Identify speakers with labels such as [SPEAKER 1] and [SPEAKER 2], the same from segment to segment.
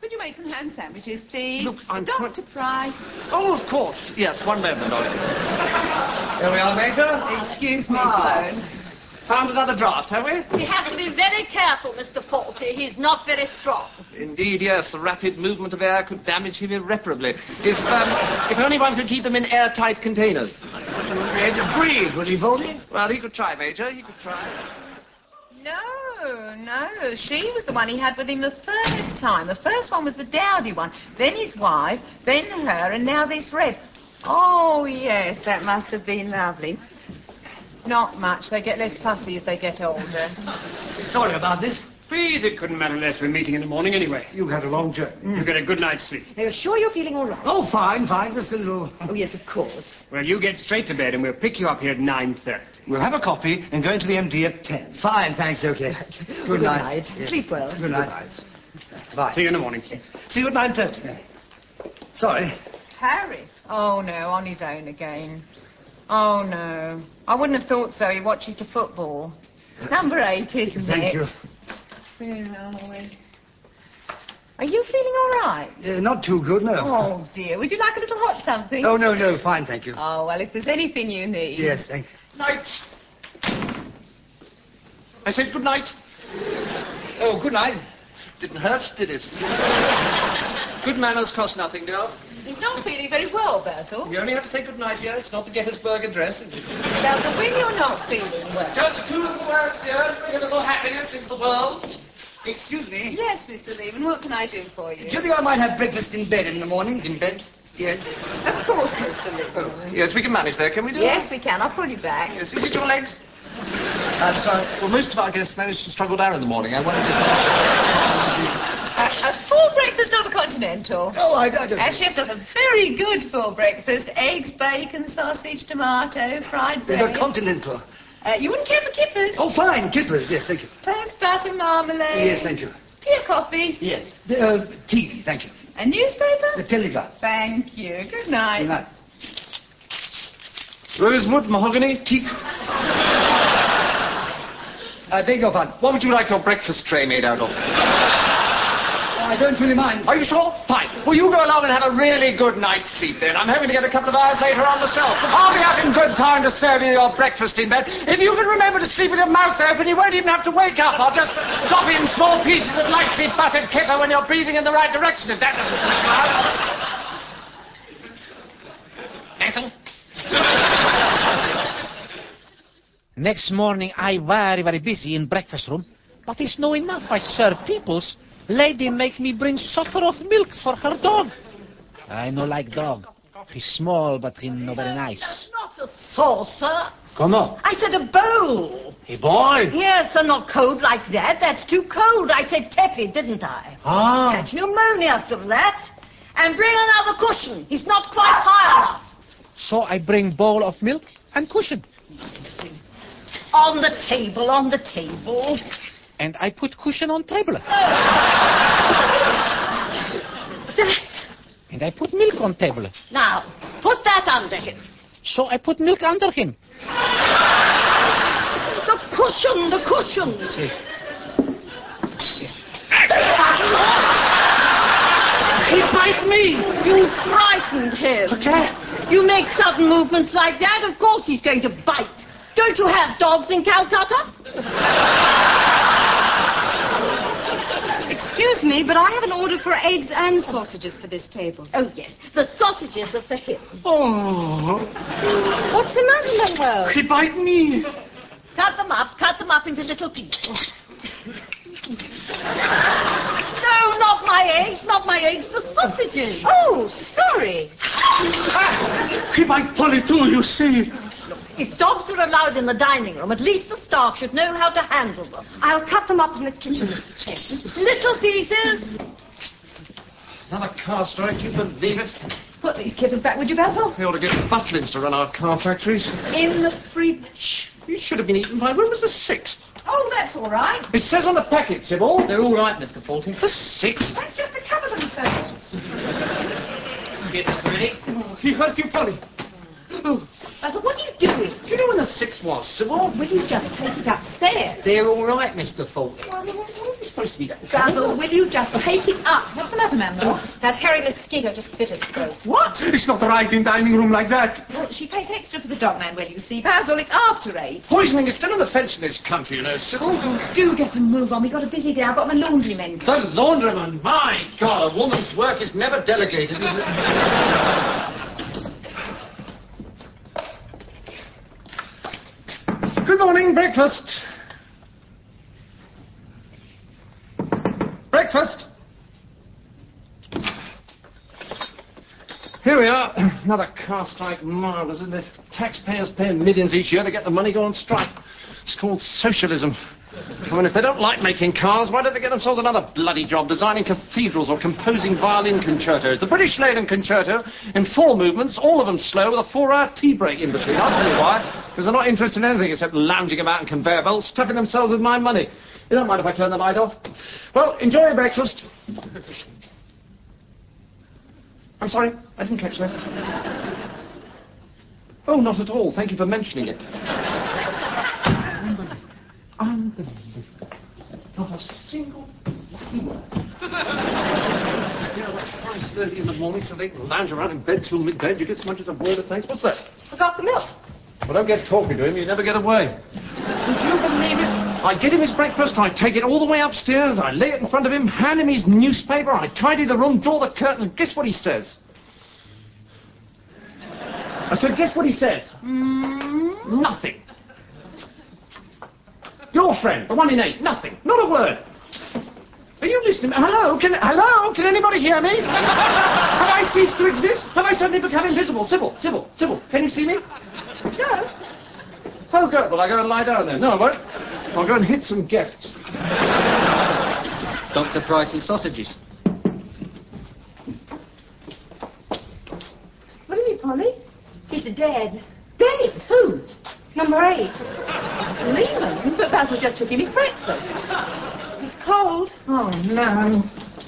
[SPEAKER 1] Could you make some ham sandwiches, please?
[SPEAKER 2] Look, I'm
[SPEAKER 1] Dr.
[SPEAKER 2] quite-
[SPEAKER 1] Fry.
[SPEAKER 2] Oh, of course. Yes, one moment, Oliver. Here we are, Major.
[SPEAKER 1] Excuse me,
[SPEAKER 2] Ah.
[SPEAKER 1] Sloane.
[SPEAKER 2] Found another draft, have we?
[SPEAKER 3] You have to be very careful, Mr. Faulty. He's not very strong.
[SPEAKER 2] Indeed, yes. The rapid movement of air could damage him irreparably. If, um, if only one could keep them in airtight containers.
[SPEAKER 4] He had to breathe when he voted.
[SPEAKER 2] Well, he could try, Major. He could try.
[SPEAKER 1] No, no. She was the one he had with him the third time. The first one was the dowdy one, then his wife, then her, and now this red. Oh, yes, that must have been lovely. Not much. They get less fussy as they get older.
[SPEAKER 4] Sorry about this.
[SPEAKER 5] Please, it couldn't matter less. We're meeting in the morning anyway.
[SPEAKER 4] You've had a long journey.
[SPEAKER 5] You get a good night's sleep.
[SPEAKER 6] Are you sure you're feeling all right?
[SPEAKER 4] Mm. Oh, fine, fine. Just a little.
[SPEAKER 6] Oh, yes, of course.
[SPEAKER 5] Well, you get straight to bed, and we'll pick you up here at 9.30.
[SPEAKER 4] We'll have a coffee and go into the MD at 10. Fine, thanks, okay. Good,
[SPEAKER 6] Good night. Sleep well.
[SPEAKER 4] Good night. Bye.
[SPEAKER 5] See you in the morning.
[SPEAKER 4] See you at 9.30. Sorry.
[SPEAKER 1] Paris? Oh, no, on his own again. Oh, no. I wouldn't have thought so. He watches the football. Number eight, isn't
[SPEAKER 4] Thank
[SPEAKER 1] it?
[SPEAKER 4] you.
[SPEAKER 1] Where are we? Are you feeling all right?
[SPEAKER 4] Uh, not too good, no.
[SPEAKER 1] Oh, dear. Would you like a little hot something?
[SPEAKER 4] Oh, no, no, fine, thank you.
[SPEAKER 1] Oh, well, if there's anything you need.
[SPEAKER 4] Yes, thank you.
[SPEAKER 2] Night. I said good night.
[SPEAKER 4] Oh, good night.
[SPEAKER 2] Didn't hurt, did it? good manners cost nothing, girl.
[SPEAKER 1] He's not feeling very well, Basil.
[SPEAKER 2] You only have to say good night here. It's not the Gettysburg Address, is it?
[SPEAKER 1] Basil, when you're not feeling well.
[SPEAKER 2] Just two little words, dear. Bring a little happiness into the world.
[SPEAKER 4] Excuse me.
[SPEAKER 1] Yes, Mr. Lehman, what can I do for you?
[SPEAKER 4] Do you think I might have breakfast in bed in the morning?
[SPEAKER 2] In bed?
[SPEAKER 4] Yes.
[SPEAKER 1] Of course, Mr. Lehman.
[SPEAKER 2] Yes, we can manage that, can we do
[SPEAKER 1] Yes, we can. I'll pull you back.
[SPEAKER 2] Yes, is it your legs?
[SPEAKER 4] I'm sorry.
[SPEAKER 2] Uh, Well, most of our guests manage to struggle down in the morning. I wonder.
[SPEAKER 1] A, a full breakfast of the Continental.
[SPEAKER 4] Oh, I, I don't...
[SPEAKER 1] Our chef does a very good full breakfast. Eggs, bacon, sausage, tomato, fried
[SPEAKER 4] They're
[SPEAKER 1] bread.
[SPEAKER 4] continental.
[SPEAKER 1] uh, you wouldn't care for kippers?
[SPEAKER 4] Oh, fine, kippers. Yes, thank you.
[SPEAKER 1] Toast, butter, marmalade.
[SPEAKER 4] Yes, thank you.
[SPEAKER 1] Tea or coffee?
[SPEAKER 4] Yes. The, uh, tea, thank you.
[SPEAKER 1] A newspaper?
[SPEAKER 4] The telegraph.
[SPEAKER 1] Thank you. Good night.
[SPEAKER 4] Good night.
[SPEAKER 2] Rosewood, mahogany, teak.
[SPEAKER 4] I beg your pardon.
[SPEAKER 2] What would you like your breakfast tray made out of?
[SPEAKER 4] I don't really mind.
[SPEAKER 2] Are you sure? Fine. Well, you go along and have a really good night's sleep then. I'm hoping to get a couple of hours later on myself. I'll be up in good time to serve you your breakfast in bed. If you can remember to sleep with your mouth open, you won't even have to wake up. I'll just drop in small pieces of lightly buttered kipper when you're breathing in the right direction, if that doesn't freak you out. Ethel?
[SPEAKER 7] Next morning, I very, very busy in breakfast room. But it's no enough. I serve peoples. Lady make me bring supper of milk for her dog. I no like dog. He's small, but he no very nice.
[SPEAKER 3] That's not a saucer.
[SPEAKER 4] Comment?
[SPEAKER 3] I said a bowl.
[SPEAKER 4] Hey, boy.
[SPEAKER 3] Yes, and not cold like that. That's too cold. I said tepid, didn't I?
[SPEAKER 4] Ah.
[SPEAKER 3] Catch pneumonia after that. And bring another cushion. He's not quite high enough.
[SPEAKER 7] So I bring bowl of milk and cushion.
[SPEAKER 3] On the table, on the table.
[SPEAKER 7] And I put cushion on table.
[SPEAKER 3] That.
[SPEAKER 7] And I put milk on table.
[SPEAKER 3] Now, put that under him.
[SPEAKER 7] So I put milk under him.
[SPEAKER 3] The cushion, the cushion.
[SPEAKER 7] He bite me!
[SPEAKER 3] You frightened him. You make sudden movements like that, of course he's going to bite. Don't you have dogs in Calcutta?
[SPEAKER 6] Excuse me, but I have an order for eggs and sausages for this table.
[SPEAKER 3] Oh, yes. The sausages are for him.
[SPEAKER 6] What's the matter, Manuel?
[SPEAKER 2] He bite me.
[SPEAKER 3] Cut them up, cut them up into little pieces. no, not my eggs, not my eggs, the sausages.
[SPEAKER 6] Oh, sorry.
[SPEAKER 2] He bite Polly too, you see.
[SPEAKER 3] If dogs are allowed in the dining room, at least the staff should know how to handle them.
[SPEAKER 6] I'll cut them up in the kitchen, Miss Chase.
[SPEAKER 3] Little pieces.
[SPEAKER 2] Another car strike, you believe it?
[SPEAKER 1] Put these kippers back, would you, Basil?
[SPEAKER 2] We ought to get butlins to run our car factories.
[SPEAKER 1] In the fridge.
[SPEAKER 2] You should have been eaten by. When was the sixth?
[SPEAKER 1] Oh, that's all right.
[SPEAKER 2] It says on the packet, Sybil. They're all right, Mr. Faulty. The sixth?
[SPEAKER 1] That's just a cover themselves.
[SPEAKER 2] Get this ready. You Oh, hurt your body.
[SPEAKER 1] Basil, what are you doing?
[SPEAKER 2] Do you know when the sixth was, Sybil?
[SPEAKER 1] Will you just take it upstairs?
[SPEAKER 2] They're all right, Mr. Faulty.
[SPEAKER 1] Well, I mean, it's all
[SPEAKER 7] this supposed to be?
[SPEAKER 8] Basil, will you just take it up?
[SPEAKER 1] What's the matter, Mademoiselle?
[SPEAKER 8] Oh.
[SPEAKER 6] That hairy mosquito just bit us both.
[SPEAKER 2] What? It's not right in dining room like that.
[SPEAKER 8] Well, she pays extra for the dog man, will you see? Basil, it's after eight.
[SPEAKER 2] Poisoning is still an offence in this country, you know, Sybil.
[SPEAKER 8] Do get a move on. We've got a busy day. I've got my laundry men.
[SPEAKER 2] The laundryman, my God, a woman's work is never delegated. is it? Good morning, breakfast. Breakfast. Here we are. Another caste-like marvel, isn't it? Taxpayers pay millions each year to get the money go on strike. It's called socialism. I mean, if they don't like making cars, why don't they get themselves another bloody job designing cathedrals or composing violin concertos? The British laid in concerto in four movements, all of them slow, with a four-hour tea break in between. I'll tell you why. Because they're not interested in anything except lounging about in conveyor belts, stuffing themselves with my money. You don't mind if I turn the light off? Well, enjoy your breakfast. I'm sorry, I didn't catch that. Oh, not at all. Thank you for mentioning it. Unbelievable. Not a single bloody word. You know, it's 5.30 in the morning, so they can lounge around in bed till midday. Did you get so much as a word of thanks? What's that?
[SPEAKER 6] Forgot the milk.
[SPEAKER 2] Well, don't get talking to him. You never get away. Would you believe it? I get him his breakfast. I take it all the way upstairs. I lay it in front of him, hand him his newspaper. I tidy the room, draw the curtains, and guess what he says? I said, guess what he says? Nothing. Your friend, the one in eight, nothing. Not a word. Are you listening? Hello? Can hello? Can anybody hear me? Have I ceased to exist? Have I suddenly become invisible? Sybil, Sybil, Sybil, can you see me? No. Oh, good. Well, I go and lie down then. No, I won't. I'll go and hit some guests.
[SPEAKER 4] Dr. Price's sausages.
[SPEAKER 8] What is it, Polly?
[SPEAKER 6] He's dead.
[SPEAKER 8] Dave, who?
[SPEAKER 6] Number eight.
[SPEAKER 8] Lehman? But Basil just took him his breakfast.
[SPEAKER 6] He's cold.
[SPEAKER 8] Oh, no.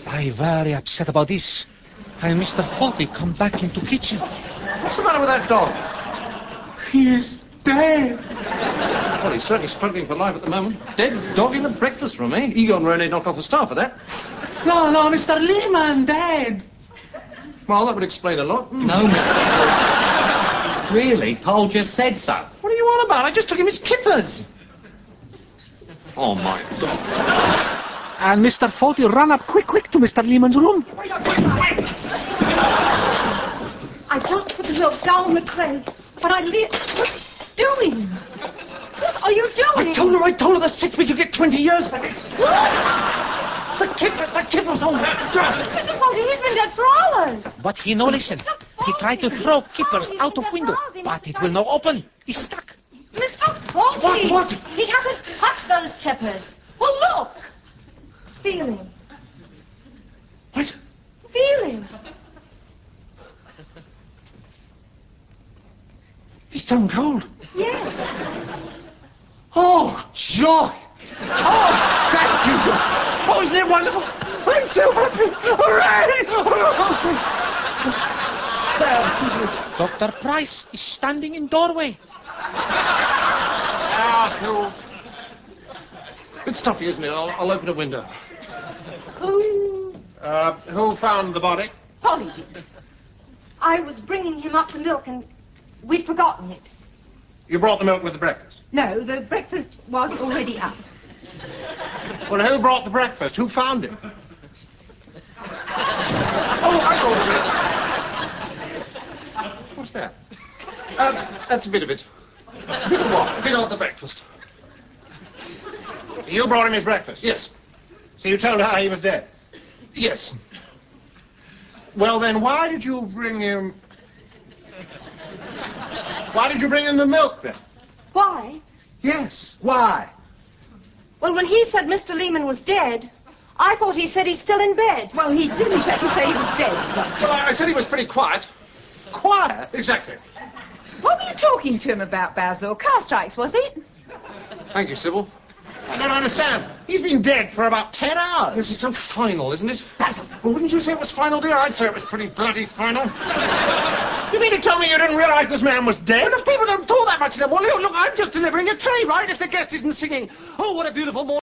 [SPEAKER 7] I'm very upset about this. And Mr. Faulty come back into kitchen.
[SPEAKER 2] What's the matter with that dog? He's dead. Well, he's certainly struggling for life at the moment. Dead dog in the breakfast room, eh? Egon really knocked off a star for that. No, no, Mr. Lehman, dead. Well, that would explain a lot. Hmm.
[SPEAKER 4] No, Mr. really? Paul just said so.
[SPEAKER 2] What are you on about? I just took him his kippers. Oh, my God.
[SPEAKER 7] And Mr. Faulty run up quick, quick to Mr. Lehman's room.
[SPEAKER 6] I just put the milk down the crate, but I lit. What are you doing? What are you
[SPEAKER 2] I
[SPEAKER 6] doing?
[SPEAKER 2] told her, I told her the six week you get 20 years for this. The kippers, the kippers, oh, my God.
[SPEAKER 6] Mr. Foley, he's been dead for hours.
[SPEAKER 7] But he no listen. He tried to throw kippers out of window, but it will not open. He's stuck.
[SPEAKER 6] Mr. Faulty.
[SPEAKER 2] What, what?
[SPEAKER 6] He hasn't touched those kippers. Well, look. Feel him.
[SPEAKER 2] What?
[SPEAKER 6] Feel him.
[SPEAKER 2] He's stone cold.
[SPEAKER 6] Yes.
[SPEAKER 2] Oh, joy! Oh, thank you. Oh, isn't it wonderful? I'm so happy. Hooray!
[SPEAKER 7] Dr. Price is standing in doorway.
[SPEAKER 9] Ah,
[SPEAKER 2] Asshole. It's stuffy, isn't it? I'll, I'll open a window.
[SPEAKER 9] Uh, who found the body?
[SPEAKER 8] Polly did.
[SPEAKER 6] I was bringing him up the milk and we'd forgotten it.
[SPEAKER 9] You brought the milk with the breakfast.
[SPEAKER 8] No, the breakfast was already up.
[SPEAKER 9] Well, who brought the breakfast? Who found it? oh, I go over
[SPEAKER 2] What's that? Um, that's a bit of it. A bit of what? A bit of the breakfast.
[SPEAKER 9] it. You brought him his breakfast.
[SPEAKER 2] Yes.
[SPEAKER 9] So you told her he was dead.
[SPEAKER 2] Yes.
[SPEAKER 9] Well, then why did you bring him? Why did you bring him the milk then?
[SPEAKER 6] Why?
[SPEAKER 9] Yes. Why?
[SPEAKER 6] Well, when he said Mr. Lehman was dead, I thought he said he's still in bed.
[SPEAKER 8] Well, he didn't exactly say he was dead, Doctor.
[SPEAKER 2] Well, I, I said he was pretty quiet. Quiet? Exactly.
[SPEAKER 8] What were you talking to him about, Basil? Car strikes, was it?
[SPEAKER 2] Thank you, Sybil.
[SPEAKER 9] I don't understand. He's been dead for about ten hours.
[SPEAKER 2] This is so final, isn't it? Well, wouldn't you say it was final, dear? I'd say it was pretty bloody final.
[SPEAKER 9] You mean to tell me you didn't realize this man was dead?
[SPEAKER 2] People don't talk that much anymore. Look, look, I'm just delivering a tray, right? If the guest isn't singing, oh, what a beautiful morning.